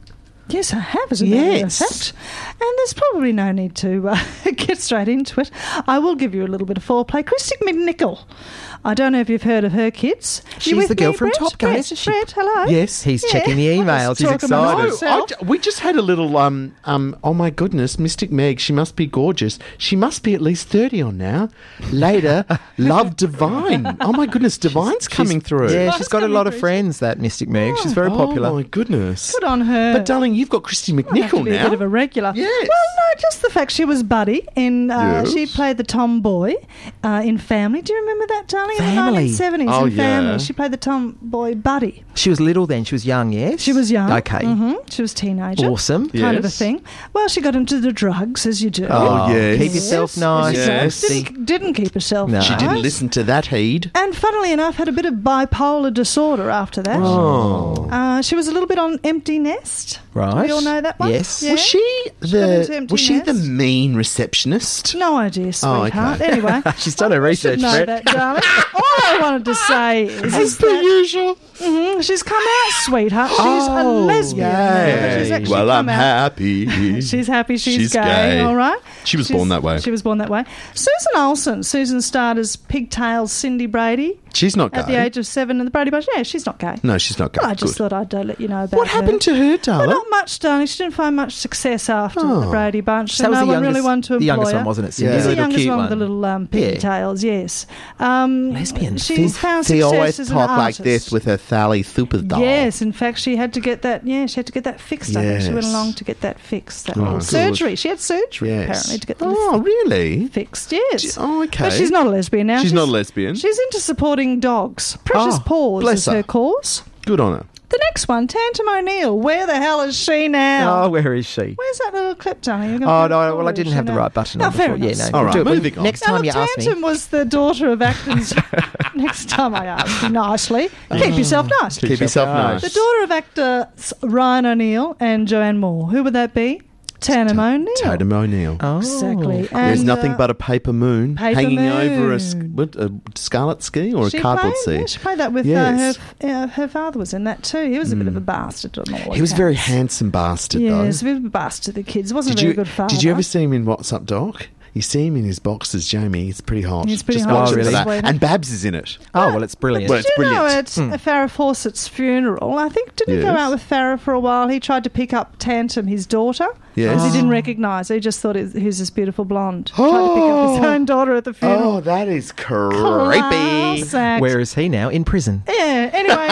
S4: Yes, I have, as a matter of
S1: Yes.
S4: fact. And there's probably no need to uh, <laughs> get straight into it. I will give you a little bit of foreplay. Christy McNichol. I don't know if you've heard of her kids.
S3: She's
S4: you with
S3: the girl
S4: me,
S3: from
S4: Brett?
S3: Top Gun,
S4: Brett,
S3: isn't she?
S4: Brett, hello.
S1: Yes.
S3: He's
S4: Yeah,
S3: checking the
S4: I was
S3: emails. He's
S4: talking about
S3: excited.
S4: myself.
S1: I j- we just had a little, um, um, oh my goodness, Mystic Meg, she must be gorgeous. She must be at least 30 on now. Later, love Divine. Oh my goodness, Divine's coming through.
S3: Yeah, she's got a lot of friends. That Mystic Meg. She's very
S1: Oh my
S3: popular.
S1: goodness.
S4: Good on her.
S1: But darling, you've got Christy
S4: Might have to
S1: McNichol
S4: be
S1: now.
S4: a bit of a regular.
S1: Yes.
S4: Well, no, just the fact she was Buddy in. Uh,
S1: Yes.
S4: She played the tomboy uh, in Family. Do you remember that, darling?
S3: Family.
S4: In the 1970s
S1: Oh,
S4: in Family.
S1: yeah.
S4: She played the tomboy Buddy.
S3: She was little then. She was young. Yes,
S4: She was young.
S3: Okay,
S4: hmm She was a teenager.
S3: awesome.
S4: Kind of a
S1: Yes.
S4: thing. Well, she got into the drugs, as you do.
S1: Oh, yes.
S3: Keep yourself nice.
S1: Yes.
S3: Christy.
S4: Didn't, didn't keep herself
S3: No.
S4: nice.
S3: She
S1: she didn't listen to that heed.
S4: And funnily enough, had a bit of bipolar disorder after that.
S1: Oh.
S4: Uh, she was a little bit on Empty Nest.
S3: Right.
S4: We all know that one.
S3: Yes.
S4: Yeah.
S1: Was she
S4: Got into
S1: the
S4: empty
S1: was she the
S4: nest.
S1: mean receptionist?
S4: No idea,
S1: Oh, okay. <laughs>
S4: sweetheart. Anyway,
S3: She's done her
S4: You should
S3: research.
S4: know that,
S3: Brett.
S4: darling. All I wanted
S1: <laughs>
S4: to say is,
S1: As
S4: is
S1: per
S4: that
S1: usual.
S4: mm, she's come out, sweetheart. She's
S1: Oh,
S4: a lesbian. now, but she's actually come out.
S1: happy.
S4: <laughs> She's happy she's, gay, all right?
S1: She was
S4: She's-
S1: born that way.
S4: She was born that way. Susan Olsen. Susan starred as Pigtails Cindy Brady
S1: She's not
S4: at the
S1: gay.
S4: age of seven in the Brady Bunch. Yeah, she's not gay.
S1: No, she's not gay.
S4: Well, I just
S1: Good.
S4: thought I'd uh, let you know about
S1: What
S4: her.
S1: happened to her,
S4: Well,
S1: darling?
S4: not much, darling. She didn't find much success after the
S1: Oh.
S4: Brady Bunch.
S3: That
S4: and
S3: was
S4: no
S3: the
S4: one really
S3: youngest-
S4: wanted to employ
S3: the youngest
S4: her.
S3: one, wasn't it, Cindy?
S1: Yeah.
S4: She's
S1: The
S4: the
S3: little
S4: youngest
S3: cute
S4: one with the
S3: one.
S4: little um, pigtails, yes. Um,
S3: Lesbians.
S4: She's found
S1: They
S4: success
S1: always
S4: as
S1: talk
S4: an
S1: like this
S4: artist.
S1: with her Sally super doll.
S4: Yes, in fact, she had to get that. Yeah, she had to get that fixed. I think she went
S1: Yes.
S4: along to get that fixed. That
S1: Oh,
S4: little
S1: good.
S4: surgery. She had surgery
S1: Yes.
S4: apparently to get the
S1: Oh, really?
S4: fixed. Yes.
S1: Oh, okay.
S4: But she's not a lesbian now.
S1: She's not a lesbian.
S4: She's into supporting dogs. Precious
S1: Oh,
S4: Paws
S1: bless
S4: is
S1: her.
S4: her cause.
S1: Good on her.
S4: The next one, Tantum O'Neill. Where the hell is she now?
S3: Oh, where is she?
S4: Where's that little clip, darling? You're gonna
S3: Oh
S4: put it
S3: no! Well, I
S4: forward,
S3: didn't
S4: you
S3: have the
S4: know.
S3: right button
S4: No,
S3: on
S4: Oh, fair
S3: before. Yeah,
S4: enough.
S3: no.
S1: All
S3: we'll
S1: right,
S3: do it when-
S1: moving on.
S3: Next
S4: Now,
S3: time
S4: look,
S3: you ask
S4: Tantum
S3: me,
S4: was the daughter of
S3: <laughs>
S4: Acton's. Next time I ask you nicely,
S3: Mm.
S4: keep yourself nice.
S1: Keep yourself nice.
S4: The daughter of actors Ryan O'Neill and Joanne Moore. Who would that be? Tanum O'Neill.
S1: Tatum O'Neill.
S4: Exactly.
S1: There's
S4: And,
S1: nothing
S4: uh,
S1: but a paper moon
S4: paper
S1: hanging over a, s-
S4: moon.
S1: what, a scarlet ski or a
S4: she
S1: cardboard
S4: played, yeah,
S1: sea.
S4: she played that with
S1: Yes.
S4: uh, her. Uh, her father was in that too. He was a bit of
S3: Mm.
S4: a bastard. On all
S1: He was a very
S4: accounts.
S1: handsome bastard,
S4: Yeah, he
S1: though.
S4: was a bit of a bastard. to The kids wasn't
S1: did
S4: a
S1: you
S4: very good father.
S1: did you ever see him in What's Up, Doc? You see him in his boxes, Jamie. It's pretty hot.
S4: It's pretty
S1: Just
S4: hot.
S1: watch it
S4: Oh,
S1: for
S4: really?
S1: that.
S4: Waiting.
S1: And Babs is in it.
S3: Oh, well, it's brilliant.
S1: Well, it's
S4: Do you know
S1: brilliant. Hmm.
S4: at Farrah Fawcett's funeral, I think didn't he go
S1: Yes.
S4: out with Farrah for a while? He tried to pick up Tantum, his daughter, because
S1: Yes.
S4: he didn't recognise her. He just thought he was, he was this beautiful blonde. Tried to
S1: <gasps>
S4: pick up his own daughter at the funeral.
S1: Oh, that is Oh, creepy.
S4: Class act.
S3: Where is he now? In prison.
S4: Yeah.
S1: <laughs>
S4: Anyway,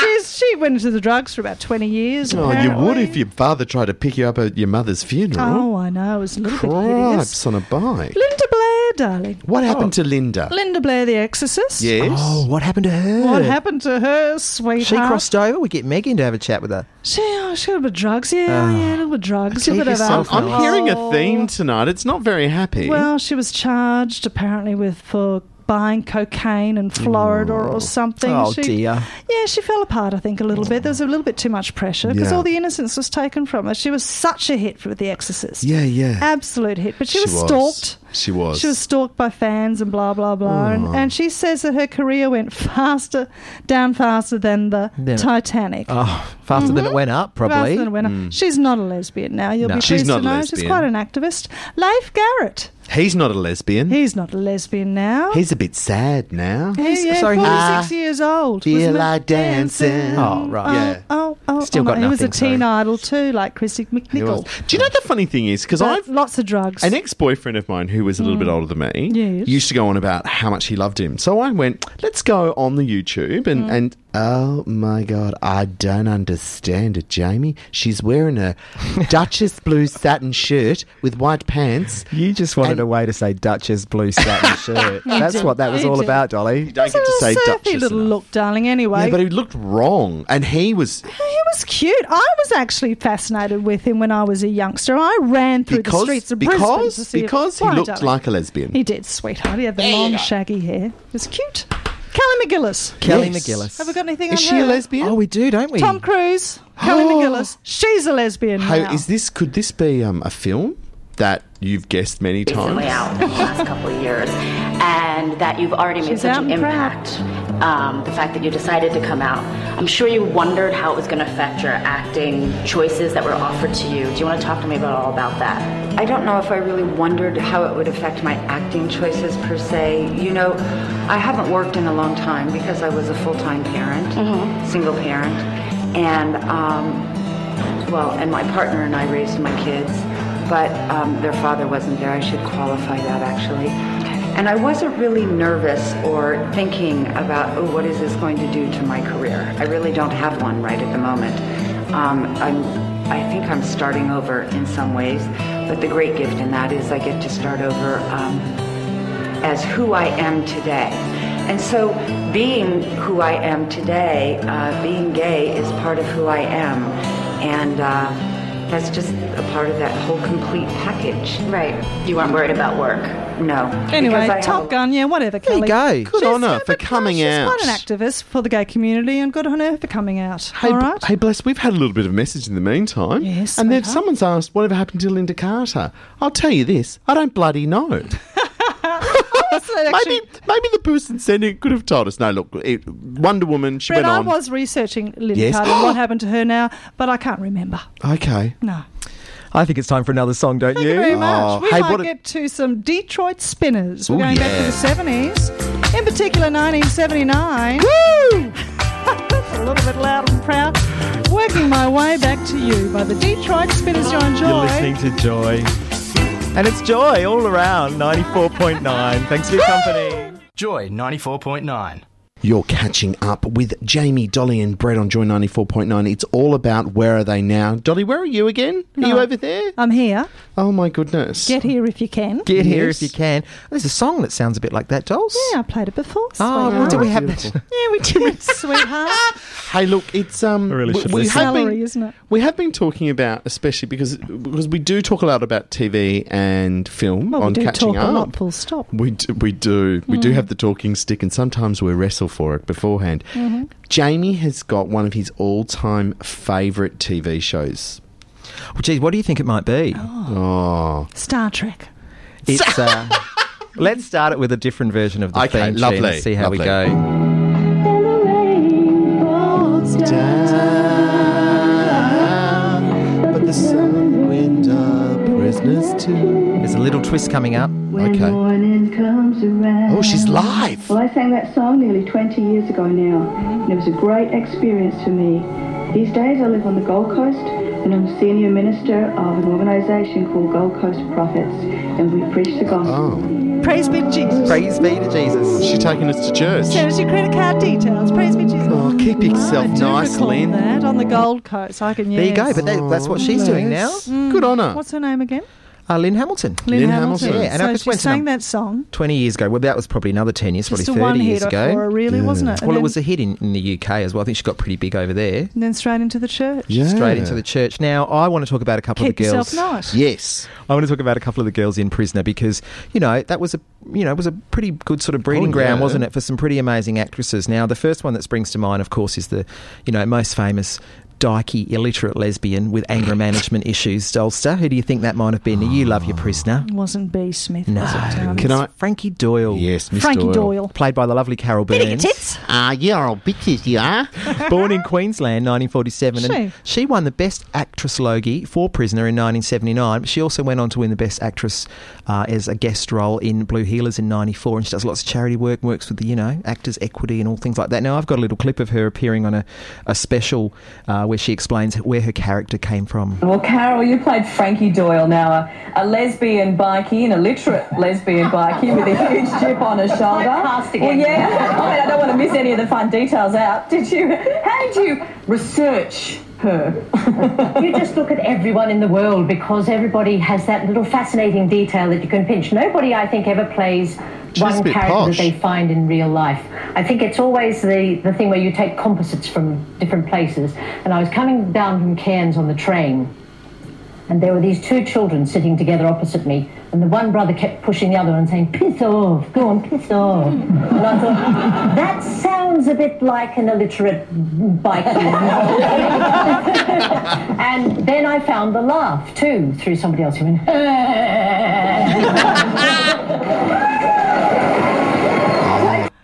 S4: she's, she went into the drugs for about twenty years.
S1: Oh, you would
S4: apparently.
S1: if your father tried to pick you up at your mother's funeral.
S4: Oh, I know. It was a little bit hideous. Oh.
S1: Cripes on a bike.
S4: Linda Blair, darling.
S1: What happened to Linda?
S4: Linda Blair, the exorcist.
S1: Yes.
S3: Oh, what happened to her?
S4: What happened to her, sweetheart?
S3: She crossed over. We get Megan to have a chat with her.
S4: She, oh, she had a bit of drugs.
S1: Ah.
S4: Yeah, yeah, a little bit of drugs. A
S3: Take
S4: bit of
S3: yourself
S4: alcohol.
S3: out.
S1: I'm hearing a theme tonight. It's not very happy.
S4: Well, she was charged apparently with for buying cocaine in Florida or something.
S3: Oh,
S4: she,
S3: dear.
S4: Yeah, she fell apart. I think a little bit. There was a little bit too much pressure because
S1: Yeah.
S4: all the innocence was taken from her. She was such a hit with The Exorcist.
S1: yeah, yeah.
S4: Absolute hit, but she,
S1: She
S4: was,
S1: was.
S4: stalked.
S1: She was.
S4: She was stalked by fans and blah blah blah. And, and she says that her career went faster, down faster than the
S3: Then it-
S4: Titanic.
S3: Oh, faster than it went up, probably.
S4: Rather than a winner. She's not a lesbian now. You'll
S3: No.
S4: be
S3: She's
S4: pleased
S1: not
S4: to
S1: a
S4: know she's
S1: lesbian.
S4: quite an activist. Leif Garrett.
S1: He's not a lesbian.
S4: He's not a lesbian now.
S1: He's a bit sad now.
S4: Yeah, yeah,
S3: sorry, he's-
S4: 46 years old.
S1: Feel
S4: wasn't it?
S1: like dancing.
S3: Oh, right.
S4: Oh,
S1: Yeah.
S4: Oh, oh,
S3: Still
S4: oh,
S3: got
S4: no, He was a
S3: nothing,
S4: teen
S3: sorry.
S4: idol too, like Chrissy
S1: He was.
S4: McNichol.
S1: Do you know the funny thing is? Because
S4: But
S1: I've
S4: Lots of drugs.
S1: An ex boyfriend of mine who was a little bit older than me
S4: Hmm. Yes.
S1: used to go on about how much he loved him. So I went, let's go on the YouTube
S4: Hmm.
S1: and, and oh my God, I don't understand it, Jamie. She's wearing
S4: <laughs>
S1: a Duchess blue satin shirt with white pants.
S3: You just wanted a way to say Duchess blue <laughs> satin shirt. That's
S4: did.
S3: what that was
S4: You
S3: all
S4: did.
S3: about, Dolly.
S1: Don't get to
S4: It's a
S1: say
S4: little surfy
S1: Duchess.
S4: little
S1: enough.
S4: look, darling, anyway.
S1: Yeah, but he looked wrong. And he was,
S4: He was cute. I was actually fascinated with him when I was a youngster. I ran through
S1: because,
S4: the streets of Brisbane to
S1: because,
S4: see
S1: because
S4: him.
S1: he
S4: Why,
S1: looked
S4: darling?
S1: like a lesbian.
S4: He did, sweetheart. He had the long, shaggy hair. It was cute. Kelly McGillis.
S3: Kelly
S1: Yes.
S3: McGillis.
S4: Have we got anything
S1: Is
S4: on
S1: she
S4: her?
S1: a lesbian?
S3: Oh, we do, don't we?
S4: Tom Cruise,
S1: <gasps>
S4: Kelly McGillis. She's a lesbian
S1: How
S4: now.
S1: is this? Could this be um, a film that you've guessed many times?
S2: recently out in the last couple of years, and that you've already made
S4: She's
S2: such
S4: out
S2: an
S4: and proud.
S2: impact. Um, the fact that you decided to come out, I'm sure you wondered how it was going to affect your acting choices that were offered to you. Do you want to talk to me about all about that?
S10: I don't know if I really wondered how it would affect my acting choices per se. You know, I haven't worked in a long time because I was a full time parent,
S4: Mm-hmm.
S10: single parent, and um, well, and my partner and I raised my kids, but um, their father wasn't there. I should qualify that actually. And I wasn't really nervous or thinking about, oh, what is this going to do to my career? I really don't have one right at the moment. Um, I'm, I think I'm starting over in some ways, but the great gift in that is I get to start over um, as who I am today. And so, being who I am today, uh, being gay is part of who I am. And uh, that's just a part of that whole complete package.
S2: Right. You weren't worried about work.
S10: No. because I
S4: Anyway,
S10: have
S4: Top
S10: a-
S4: Gun, yeah, whatever,
S3: There
S4: Kelly.
S3: you go.
S1: Good on her for
S4: but no,
S1: coming
S4: she's
S1: out.
S4: quite an activist for the gay community, and good on her for coming out.
S1: Hey,
S4: All
S1: b-
S4: right?
S1: hey, bless. We've had a little bit of message in the meantime.
S4: Yes,
S1: And then
S4: sweetheart.
S1: someone's asked, "Whatever happened to Linda Carter?" I'll tell you this: I don't bloody know.
S4: <laughs>
S1: maybe, maybe the person sending it could have told us. No, look, it, Wonder Woman. She
S4: Brett,
S1: went
S4: I
S1: on.
S4: was researching Linda
S1: Yes.
S4: Carter
S1: <gasps>
S4: and what happened to her now, but I can't remember.
S1: okay.
S4: No.
S3: I think it's time for another song, don't
S4: Thank
S3: you?
S4: you very much. we
S1: Oh, hey,
S4: might
S1: what a-
S4: get to some Detroit spinners. We're
S1: Ooh,
S4: going back
S1: yeah.
S4: to the seventies, in particular 1979. <laughs> a little bit loud and proud. Working my way back to you by the Detroit Spinners. You enjoy.
S3: You're listening to Joy. And it's Joy all around, 94.9. Thanks for your company.
S11: Joy 94.9.
S1: You're catching up with Jamie, Dolly, and Brett on Joy ninety four point nine. It's all about where are they now? Dolly, where are you again? Are you
S4: No.
S1: over there?
S2: Uh,
S4: I'm here.
S1: Oh my goodness!
S4: Get here if you can.
S3: Get here
S1: Yes.
S3: if you can. There's a song that sounds a bit like that, Dolls.
S4: Yeah, I played it before.
S3: Oh,
S4: sweetheart.
S3: well, do we have
S1: Beautiful. <laughs>
S3: that?
S4: Yeah, we did, sweetheart.
S1: Hey, look, it's um,
S3: I really
S1: we,
S3: should
S1: we
S3: listen.
S1: have
S4: Salary,
S1: been,
S4: isn't it?
S1: We have been talking about, especially because because we do talk a lot about TV and film
S4: Well,
S1: on
S4: we do
S1: catching
S4: talk
S1: up.
S4: a lot. Full stop. Mm.
S1: We do, we do we do have the talking stick, and sometimes we wrestle for it beforehand.
S4: Mm-hmm.
S1: Jamie has got one of his all time favourite TV shows.
S3: Well, geez, what do you think it might be?
S1: Oh,
S4: Star Trek. <laughs>
S3: It's. Uh, let's start it with a different version of the
S1: Okay,
S3: theme tune.
S1: lovely,
S3: Let's see how we
S1: lovely.
S3: go.
S1: but the sun went up, prisoners too.
S3: There's a little twist coming up.
S10: When morning comes around.
S3: Oh, she's live.
S10: Well, I sang that song nearly 20 years ago now, and it was a great experience for me. These days I live on the Gold Coast, and I'm senior minister of an organisation called Gold Coast Prophets, and we preach the gospel.
S1: Oh.
S4: Praise be to Jesus.
S3: Praise be to Jesus.
S12: She's taking us to church.
S4: Send us your credit card details. Praise be to Jesus.
S12: Oh, keep yourself nice, Lynn.
S4: That on the Gold Coast, I can use.
S3: There you go. But that, that's what she's doing now. Good on her.
S4: What's her name again?
S3: Uh, Lynn Hamilton.
S4: Lynn Lynn Hamilton. Hamilton.
S3: Yeah, and
S4: So
S3: I just
S4: she
S3: went to
S4: sang
S3: num-
S4: that song.
S3: 20 years ago. Well, that was probably another 10 years,
S4: Just a
S3: probably 30
S4: one
S3: years
S4: hit
S3: ago.
S4: for her, really, wasn't it? And
S3: Well, it
S4: then-
S3: was a hit in, in the UK as well. I think she got pretty big over there.
S4: And then straight into the church.
S3: Straight into the church. Now, I want to talk about a couple
S4: Keep
S3: of the
S4: yourself
S3: girls.
S4: nice.
S3: Yes, I want to talk about a couple of the girls in Prisoner because you know that was a you know it was a pretty good sort of breeding
S12: Oh,
S3: ground,
S12: yeah.
S3: wasn't it, for some pretty amazing actresses. Now, the first one that springs to mind, of course, is the you know most famous. Dykey, illiterate lesbian with anger management issues, Dolster. Who do you think that might have been? You love your prisoner.
S4: It wasn't B. Smith.
S3: No.
S4: Was it, darling?
S3: Can I? Frankie Doyle. Yes,
S4: Miss Um, Frankie Doyle. Doyle.
S3: Played by the lovely Carol
S4: Bit of your
S3: Burns.
S4: tits.
S3: Ah, you're all bitches, you are. <laughs> Born in Queensland, 1947. And
S4: She?
S3: she won the Best Actress Logie for Prisoner in 1979. She also went on to win the Best Actress uh, as a guest role in Blue Healers in 94. And she does lots of charity work, works with the, you know, Actors Equity and all things like that. Now, I've got a little clip of her appearing on a, a special uh, where she explains where her character came from.
S2: Well, Carol, you played Frankie Doyle now, a, a lesbian bikie, an illiterate lesbian bikie with a huge chip on her shoulder. Well, yeah, I mean, I don't want to miss any of the fun details out. Did you? How did you research her?
S13: you just look at everyone in the world because everybody has that little fascinating detail that you can pinch. Nobody, I think, ever plays
S14: She's a
S13: one
S14: bit
S13: character
S14: posh.
S13: that they find in real life. I think it's always the, the thing where you take composites from different places. And I was coming down from Cairns on the train, and there were
S3: Oh.
S13: these two children sitting together opposite me. And the one brother kept pushing the other and saying, piss off, go on, piss off. And I thought, <laughs> that sounds a bit like an illiterate bikie. And then I found the laugh too through somebody else who went.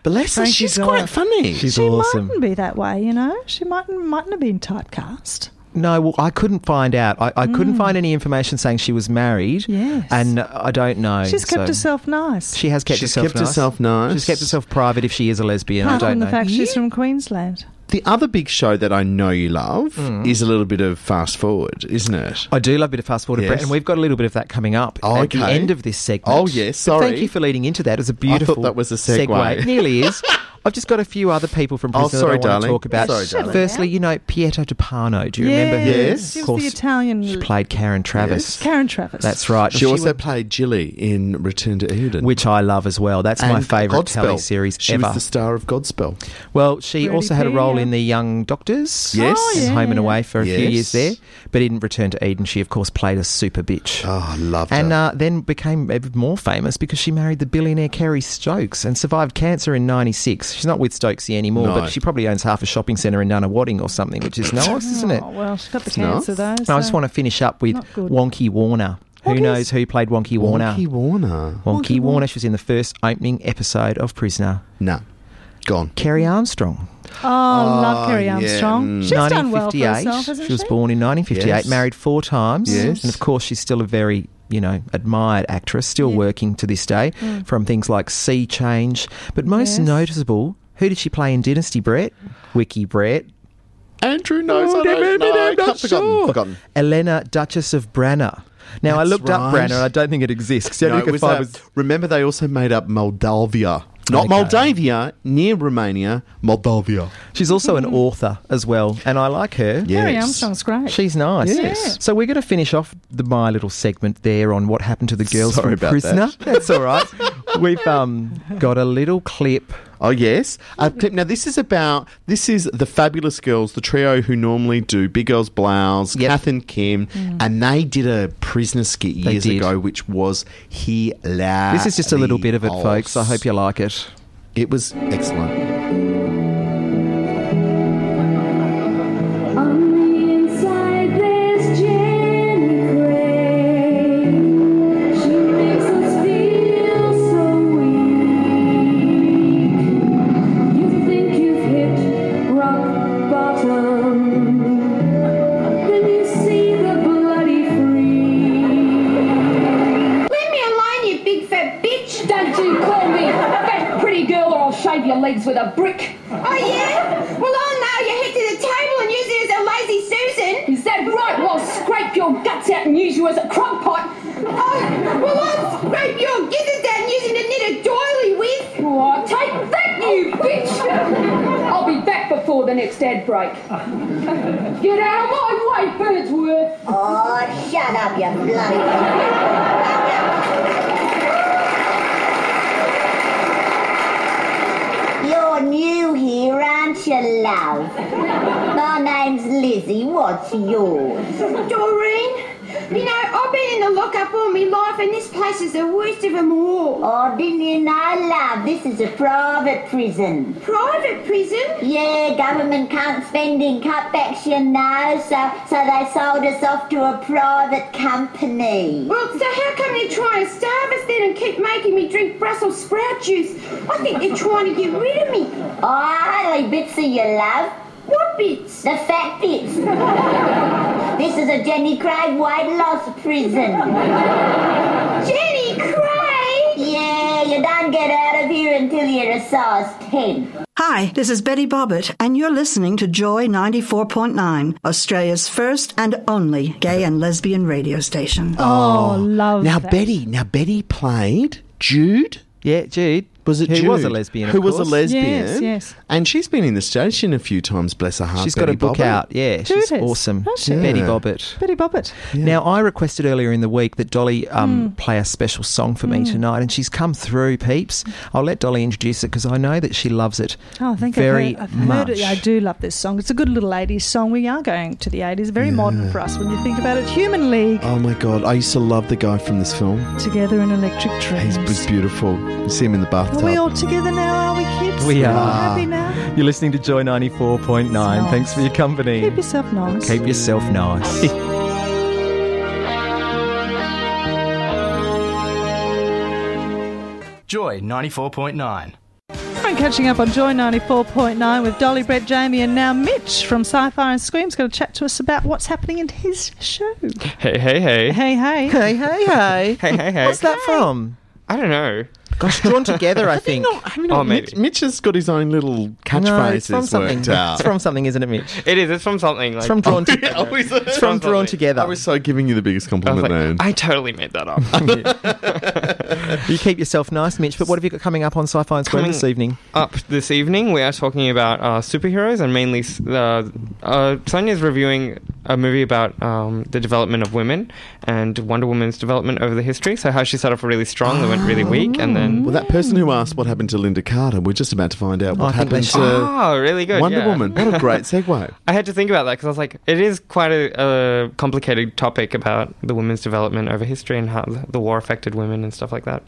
S3: Bless her,
S4: Frankie
S3: she's
S4: Doyle.
S3: quite funny. She's
S4: she
S3: awesome.
S4: mightn't be that way, you know. She mightn't mightn't have been typecast.
S3: No, well, I couldn't find out. I, I couldn't
S4: Mm.
S3: find any information saying she was married.
S4: Yes.
S3: And I don't know.
S4: She's kept
S3: so-
S4: herself nice.
S3: She has kept
S1: She's
S3: herself
S1: kept
S3: nice.
S1: herself nice.
S3: She's kept herself private if she is a lesbian.
S4: Apart
S3: I
S4: from
S3: don't
S4: the
S3: know.
S4: fact she's from Queensland.
S1: The other big show that I know you love is a little bit of Fast Forward, isn't it?
S3: I do love a bit of fast forward,
S1: Yes.
S3: Brett, and we've got a little bit of that coming up
S1: Oh,
S3: at the
S1: okay.
S3: end of this segment.
S1: Oh, yes,
S3: But
S1: sorry.
S3: thank you for leading into that. It was a beautiful.
S1: that was a segue.
S3: It
S1: <laughs>
S3: nearly is. I've just got a few other people from
S1: Oh,
S3: prison that I
S1: sorry,
S3: want
S1: darling.
S3: to talk about.
S1: Sorry, darling.
S3: Firstly, you know Pietro Di Pano. Do you remember?
S4: Yes,
S3: her?
S4: She
S3: Of
S4: was
S3: course,
S4: the Italian.
S3: she played Karen Travis.
S4: Karen Travis.
S3: That's right.
S1: She,
S3: She
S1: also
S3: was-
S1: played Jilly in Return to Eden,
S3: which I love as well. That's my favourite telly series
S1: she
S3: ever.
S1: was the star of Godspell.
S3: Well, she
S1: Rudy
S3: also had a
S1: Pia.
S3: role in The Young Doctors.
S1: Yes. Oh,
S3: and
S1: yeah,
S3: Home and
S1: yeah,
S3: Away for a few
S1: Yes.
S3: years there. But in Return to Eden, she, of course, played a super bitch. Oh,
S1: I love
S3: And uh, then became even more famous because she married the billionaire Kerry Stokes and survived cancer in 96. She's not with Stokesy anymore,
S1: No.
S3: but she probably owns half a shopping centre in Nunawading or something,
S1: <laughs>
S3: which is nice, isn't it?
S4: Oh, well, she's got the
S3: No.
S4: cancer, though.
S3: And I just want to finish up with
S4: Not good.
S3: Wonky Warner. Who knows who played Wonky Warner?
S1: Wonky Warner.
S3: Wonky, Warner. She was in the first opening episode of Prisoner.
S1: No. Gone. Ah,
S3: Kerry Armstrong.
S4: Oh, love Carrie Armstrong.
S1: Mm.
S4: She's done well for
S3: 1958.
S4: herself, hasn't she?
S3: was born in 1958,
S4: Yes.
S3: married four times.
S4: Yes.
S3: And of course, she's still a very, you know, admired actress, still working to this day
S4: Mm.
S3: from things like Sea Change. But
S4: Yes.
S3: most noticeable, who did she play in Dynasty Brett? Wiki Brett.
S1: Andrew knows.
S4: Oh,
S1: I don't know. I can't- forgotten, forgotten.
S3: Elena, Duchess of Branner. Now, I
S1: That's
S3: looked up
S1: right.
S3: Branner and I don't think it exists. The
S1: No,
S3: only
S1: it
S3: thing I
S1: was,
S3: could
S1: uh,
S3: find was-
S1: remember, they also made up Moldavia. Not
S3: Okay.
S1: Moldavia, near Romania, Moldavia.
S3: She's
S4: <laughs>
S3: also an author as well, and I like her.
S4: Carrie Armstrong's great.
S3: She's nice.
S4: Yes. Yeah.
S3: So we're going to finish off the my little segment there on what happened to the girls
S1: Sorry
S3: from
S1: about
S3: Prisoner.
S1: that.
S3: That's all right. We've um, got a little clip.
S1: Oh yes, a clip. Now this is about this is the fabulous girls, the trio who normally do Big Girls Blouse, Kath and Kim, and they did a prisoner skit
S3: Mm. They
S1: years
S3: did.
S1: ago, which was hilarious.
S3: This is just a little bit of it, folks. I hope you like it.
S1: It was excellent.
S15: On the inside, there's Jenny Craig. She makes us feel so weak. You think you've hit rock bottom, then you see the bloody free. Leave me alone,
S16: legs with a brick.
S13: Oh, yeah? Well, I'll nail your head to the table and use it as a lazy Susan.
S16: <laughs> Is that right? Well, I'll scrape your guts out and use you as a crumb pot.
S13: Oh, well, I'll scrape your gizzards out and use it to knit a doily with.
S16: Oh, take that, you bitch! I'll be back before the next ad break. <laughs> Get out of my way, Birdsworth!
S13: Oh, shut up, you <laughs> bloody.
S10: You're new here, aren't you, love? My name's Lizzie. What's yours?
S13: Doreen? You know, I've been in the lockup all my life, and this place is the worst of them all.
S10: Oh, didn't you know, love? This is a private prison.
S13: Private prison?
S10: Yeah, government can't spend in cutbacks, you know, so, so they sold us off to a private company.
S13: Well, so how come they're trying to starve us then and keep making me drink Brussels sprout juice? I think they're trying to get rid of me.
S10: Oh, only bits of you, love.
S13: What bits?
S10: The fat bits. <laughs> this is a Jenny Craig weight loss prison.
S13: Jenny Craig?
S10: Yeah, you don't get out of here until you're a size 10.
S2: Hi, this is Betty Bobbitt, and you're listening to Joy 94.9, Australia's first and only gay and lesbian radio station.
S4: Oh, love.
S1: Now,
S4: that.
S1: Betty, now, Betty played Jude.
S3: Yeah, Jude.
S1: Was it
S3: who
S1: Jude,
S3: was a lesbian? of
S1: Who was
S3: course.
S1: a lesbian?
S4: Yes, yes.
S1: And she's been in the station a few times. Bless her heart.
S3: She's got a
S1: Betty
S3: book
S1: Bobbin.
S3: out. Yeah,
S4: Jude
S3: she's
S4: is,
S3: awesome.
S4: isn't she?
S3: Betty
S1: Yeah.
S3: Bobbitt.
S4: Betty Bobbitt.
S3: Now, I requested earlier in the week that Dolly
S4: Hmm.
S3: um, play a special song for me tonight, and she's come through, peeps. I'll let Dolly introduce it because I know that she loves it.
S4: Oh, I think
S3: very
S4: I've heard, I've
S3: much.
S4: heard it. Yeah, I do love this song. It's a good little 80s song. We are going to the 80s. Very modern for us when you think about it. Human League,
S1: Oh my god! I used to love the guy from this film.
S4: together in electric
S1: He
S4: dreams.
S1: was beautiful. You see him in the
S4: Are
S1: bathtub.
S4: we all together now? Are we kids?
S3: We
S4: all
S3: are.
S4: happy now?
S3: You're listening to Joy 94.9.
S4: Nice.
S3: Thanks for your company.
S4: Keep yourself nice.
S3: Keep yourself <laughs> nice.
S17: Joy 94.9.
S4: I'm catching up on Joy 94.9 with Dolly, Brett, Jamie, and now Mitch from Sci Fi and Scream's going to chat to us about what's happening in his show.
S18: Hey, hey, hey.
S4: Hey, hey.
S3: hey,
S1: <laughs>
S3: hey, hey.
S18: Hey, hey, hey.
S3: What's that from?
S18: I don't know.
S3: Gosh, drawn together, <laughs> I think.
S18: Oh,
S1: Mitch,
S18: maybe.
S1: Mitch has got his own little
S3: No, it's
S1: catchphrases
S3: from something.
S1: worked out.
S3: It's
S1: <laughs>
S3: from something, isn't it, Mitch?
S18: It is. It's from something. Like,
S3: It's from <laughs> drawn together.
S1: Always-
S3: It's from drawn
S18: something.
S3: together.
S1: I was so giving you the biggest
S18: I was
S1: compliment,
S18: like,
S1: man.
S18: I totally made that up.
S3: You keep yourself nice, Mitch. But what have you got coming up on Sci-Fi and Square
S18: Coming
S3: this evening?
S18: up this evening, we are talking about uh, superheroes and mainly s- uh, uh, Sonia's reviewing a movie about um, the development of women and Wonder Woman's development over the history. So how she started off really strong, then went really weak, and then
S1: Well, that person who asked what happened to Linda Carter, we're just about to find out what
S3: I think they
S1: happened
S3: should-
S1: to
S18: oh, really good.
S1: Wonder
S18: yeah.
S1: Woman. What
S18: <laughs>
S1: a great segue.
S18: I had to think about that because I was like, it is quite a, a complicated topic about the women's development over history and how the, the war affected women and stuff like that.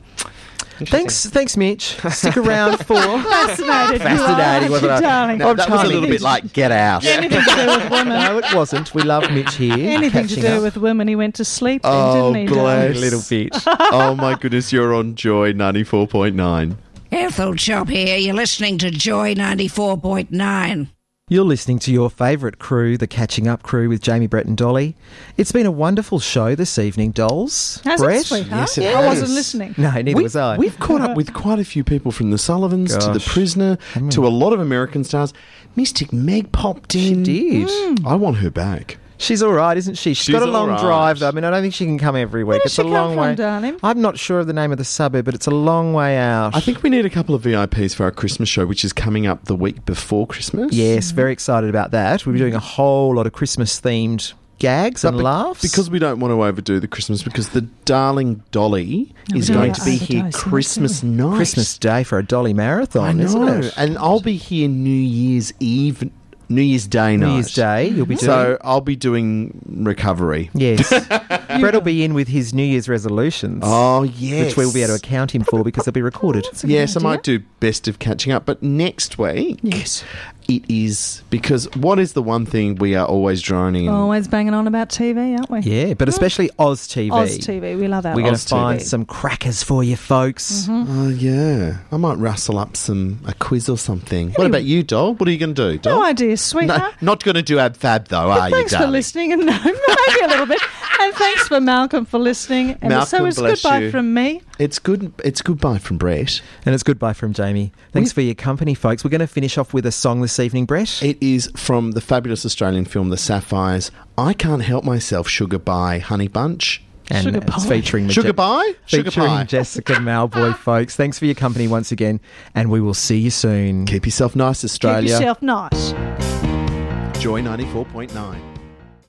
S18: Interesting.
S3: Thanks, thanks, Mitch. Stick <laughs> around for
S4: Fascinated. you are,
S3: fascinating.
S4: aren't you,
S3: whether-
S4: darling?
S3: Well,
S1: that was a
S3: Charlie,
S1: little bit like Get Out.
S4: Anything to do with women.
S3: No, it wasn't. We love Mitch here.
S4: Anything to
S3: Catching
S4: do
S3: up.
S4: with women. He went to sleep then,
S1: Oh,
S4: didn't he? darling?
S1: bless.
S3: little bitch.
S1: <laughs> oh my goodness, you're on Joy 94.9.
S19: Ethel Chop here. You're listening to Joy 94.9.
S3: You're listening to your favourite crew, the Catching Up Crew, with Jamie, Brett, and Dolly. It's been a wonderful show this evening, dolls.
S4: Has
S3: Brett?
S4: it, sweetheart?
S1: Yes, it
S4: I
S1: has.
S4: wasn't listening.
S3: No, neither
S1: We-
S3: was I.
S1: We've caught up with quite a few people from The Sullivans to The
S3: Gosh.
S1: Prisoner to a lot of American stars. Mystic Meg popped in.
S3: Did.
S4: Mm.
S1: I want her back.
S3: She's all right, isn't she? She's
S1: She's
S3: got a long
S1: all right.
S3: drive, though. I mean, I don't think she can come every week.
S4: does
S3: it's
S4: she
S3: a
S4: come
S3: long
S4: from,
S3: way.
S4: darling?
S3: I'm not sure of the name of the suburb, but it's a long way out.
S1: I think we need a couple of VIPs for our Christmas show, which is coming up the week before Christmas.
S4: Mm.
S3: Yes, very excited about that. We'll be doing a whole lot of Christmas themed gags
S1: But
S3: and
S1: be-
S3: laughs.
S1: Because we don't want to overdo the Christmas, because the darling Dolly is
S4: we don't
S1: going
S4: wanna
S1: to be
S4: overdose,
S1: here
S4: isn't it?
S1: Christmas night.
S3: Christmas Day for a Dolly marathon,
S1: I know.
S3: isn't it?
S1: And I'll be here New Year's Eve, New Year's Day night.
S3: New Year's Day, you'll
S4: Mm-hmm.
S3: be doing.
S1: So I'll be doing recovery. <laughs>
S3: Yes. Brett will be in with his New Year's resolutions,
S1: Oh, yes.
S3: which we will be able to account him for because they'll be recorded.
S1: Yes, I might do best of catching up, but next week
S4: Yes.
S1: it is because what is the one thing we are always droning?
S2: Oh,
S4: Always banging on about TV, aren't we?
S3: Yeah, but especially Oz TV.
S4: Oz TV. We love that.
S3: We're going
S1: Oz
S3: to find
S1: TV.
S3: some crackers for you, folks.
S1: Oh yeah, I might rustle up some a quiz or something. What about you, doll? What are you going to do, doll?
S4: No idea, sweetheart.
S1: not going to do ab fab though, are you,
S4: Thanks for
S1: darling?
S4: <laughs> listening, and no, maybe a little bit.
S2: and thanks for Malcolm for listening. And
S1: Malcolm,
S2: so it's
S1: bless
S2: goodbye
S1: you.
S2: from me.
S1: It's good. It's goodbye from Brett.
S3: And it's goodbye from Jamie. Thanks for your company, folks. We're going to finish off with a song this evening, Brett.
S1: It is from the fabulous Australian film The Sapphires. I can't help myself. Sugar by Honey Bunch.
S3: And
S1: Sugar
S3: it's
S1: Pie.
S3: featuring the
S1: Sugar Pie? Sugar
S3: featuring
S1: Pie.
S3: Jessica Malboy, folks. Thanks for your company once again, and we will see you soon.
S1: Keep yourself nice,
S2: Keep
S1: Australia.
S2: yourself nice.
S1: Joy ninety four point nine.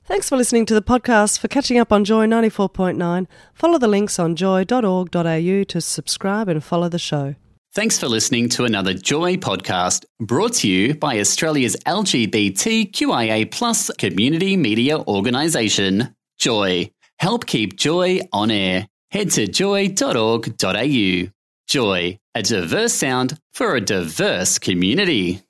S4: Thanks for listening to the podcast. For catching up on Joy 94.9, follow the links on joy.org.au to subscribe and follow the show.
S20: Thanks for listening to another Joy podcast brought to you by Australia's LGBTQIA plus community media organisation, Joy. Help keep Joy on air. Head to joy.org.au. Joy, a diverse sound for a diverse community.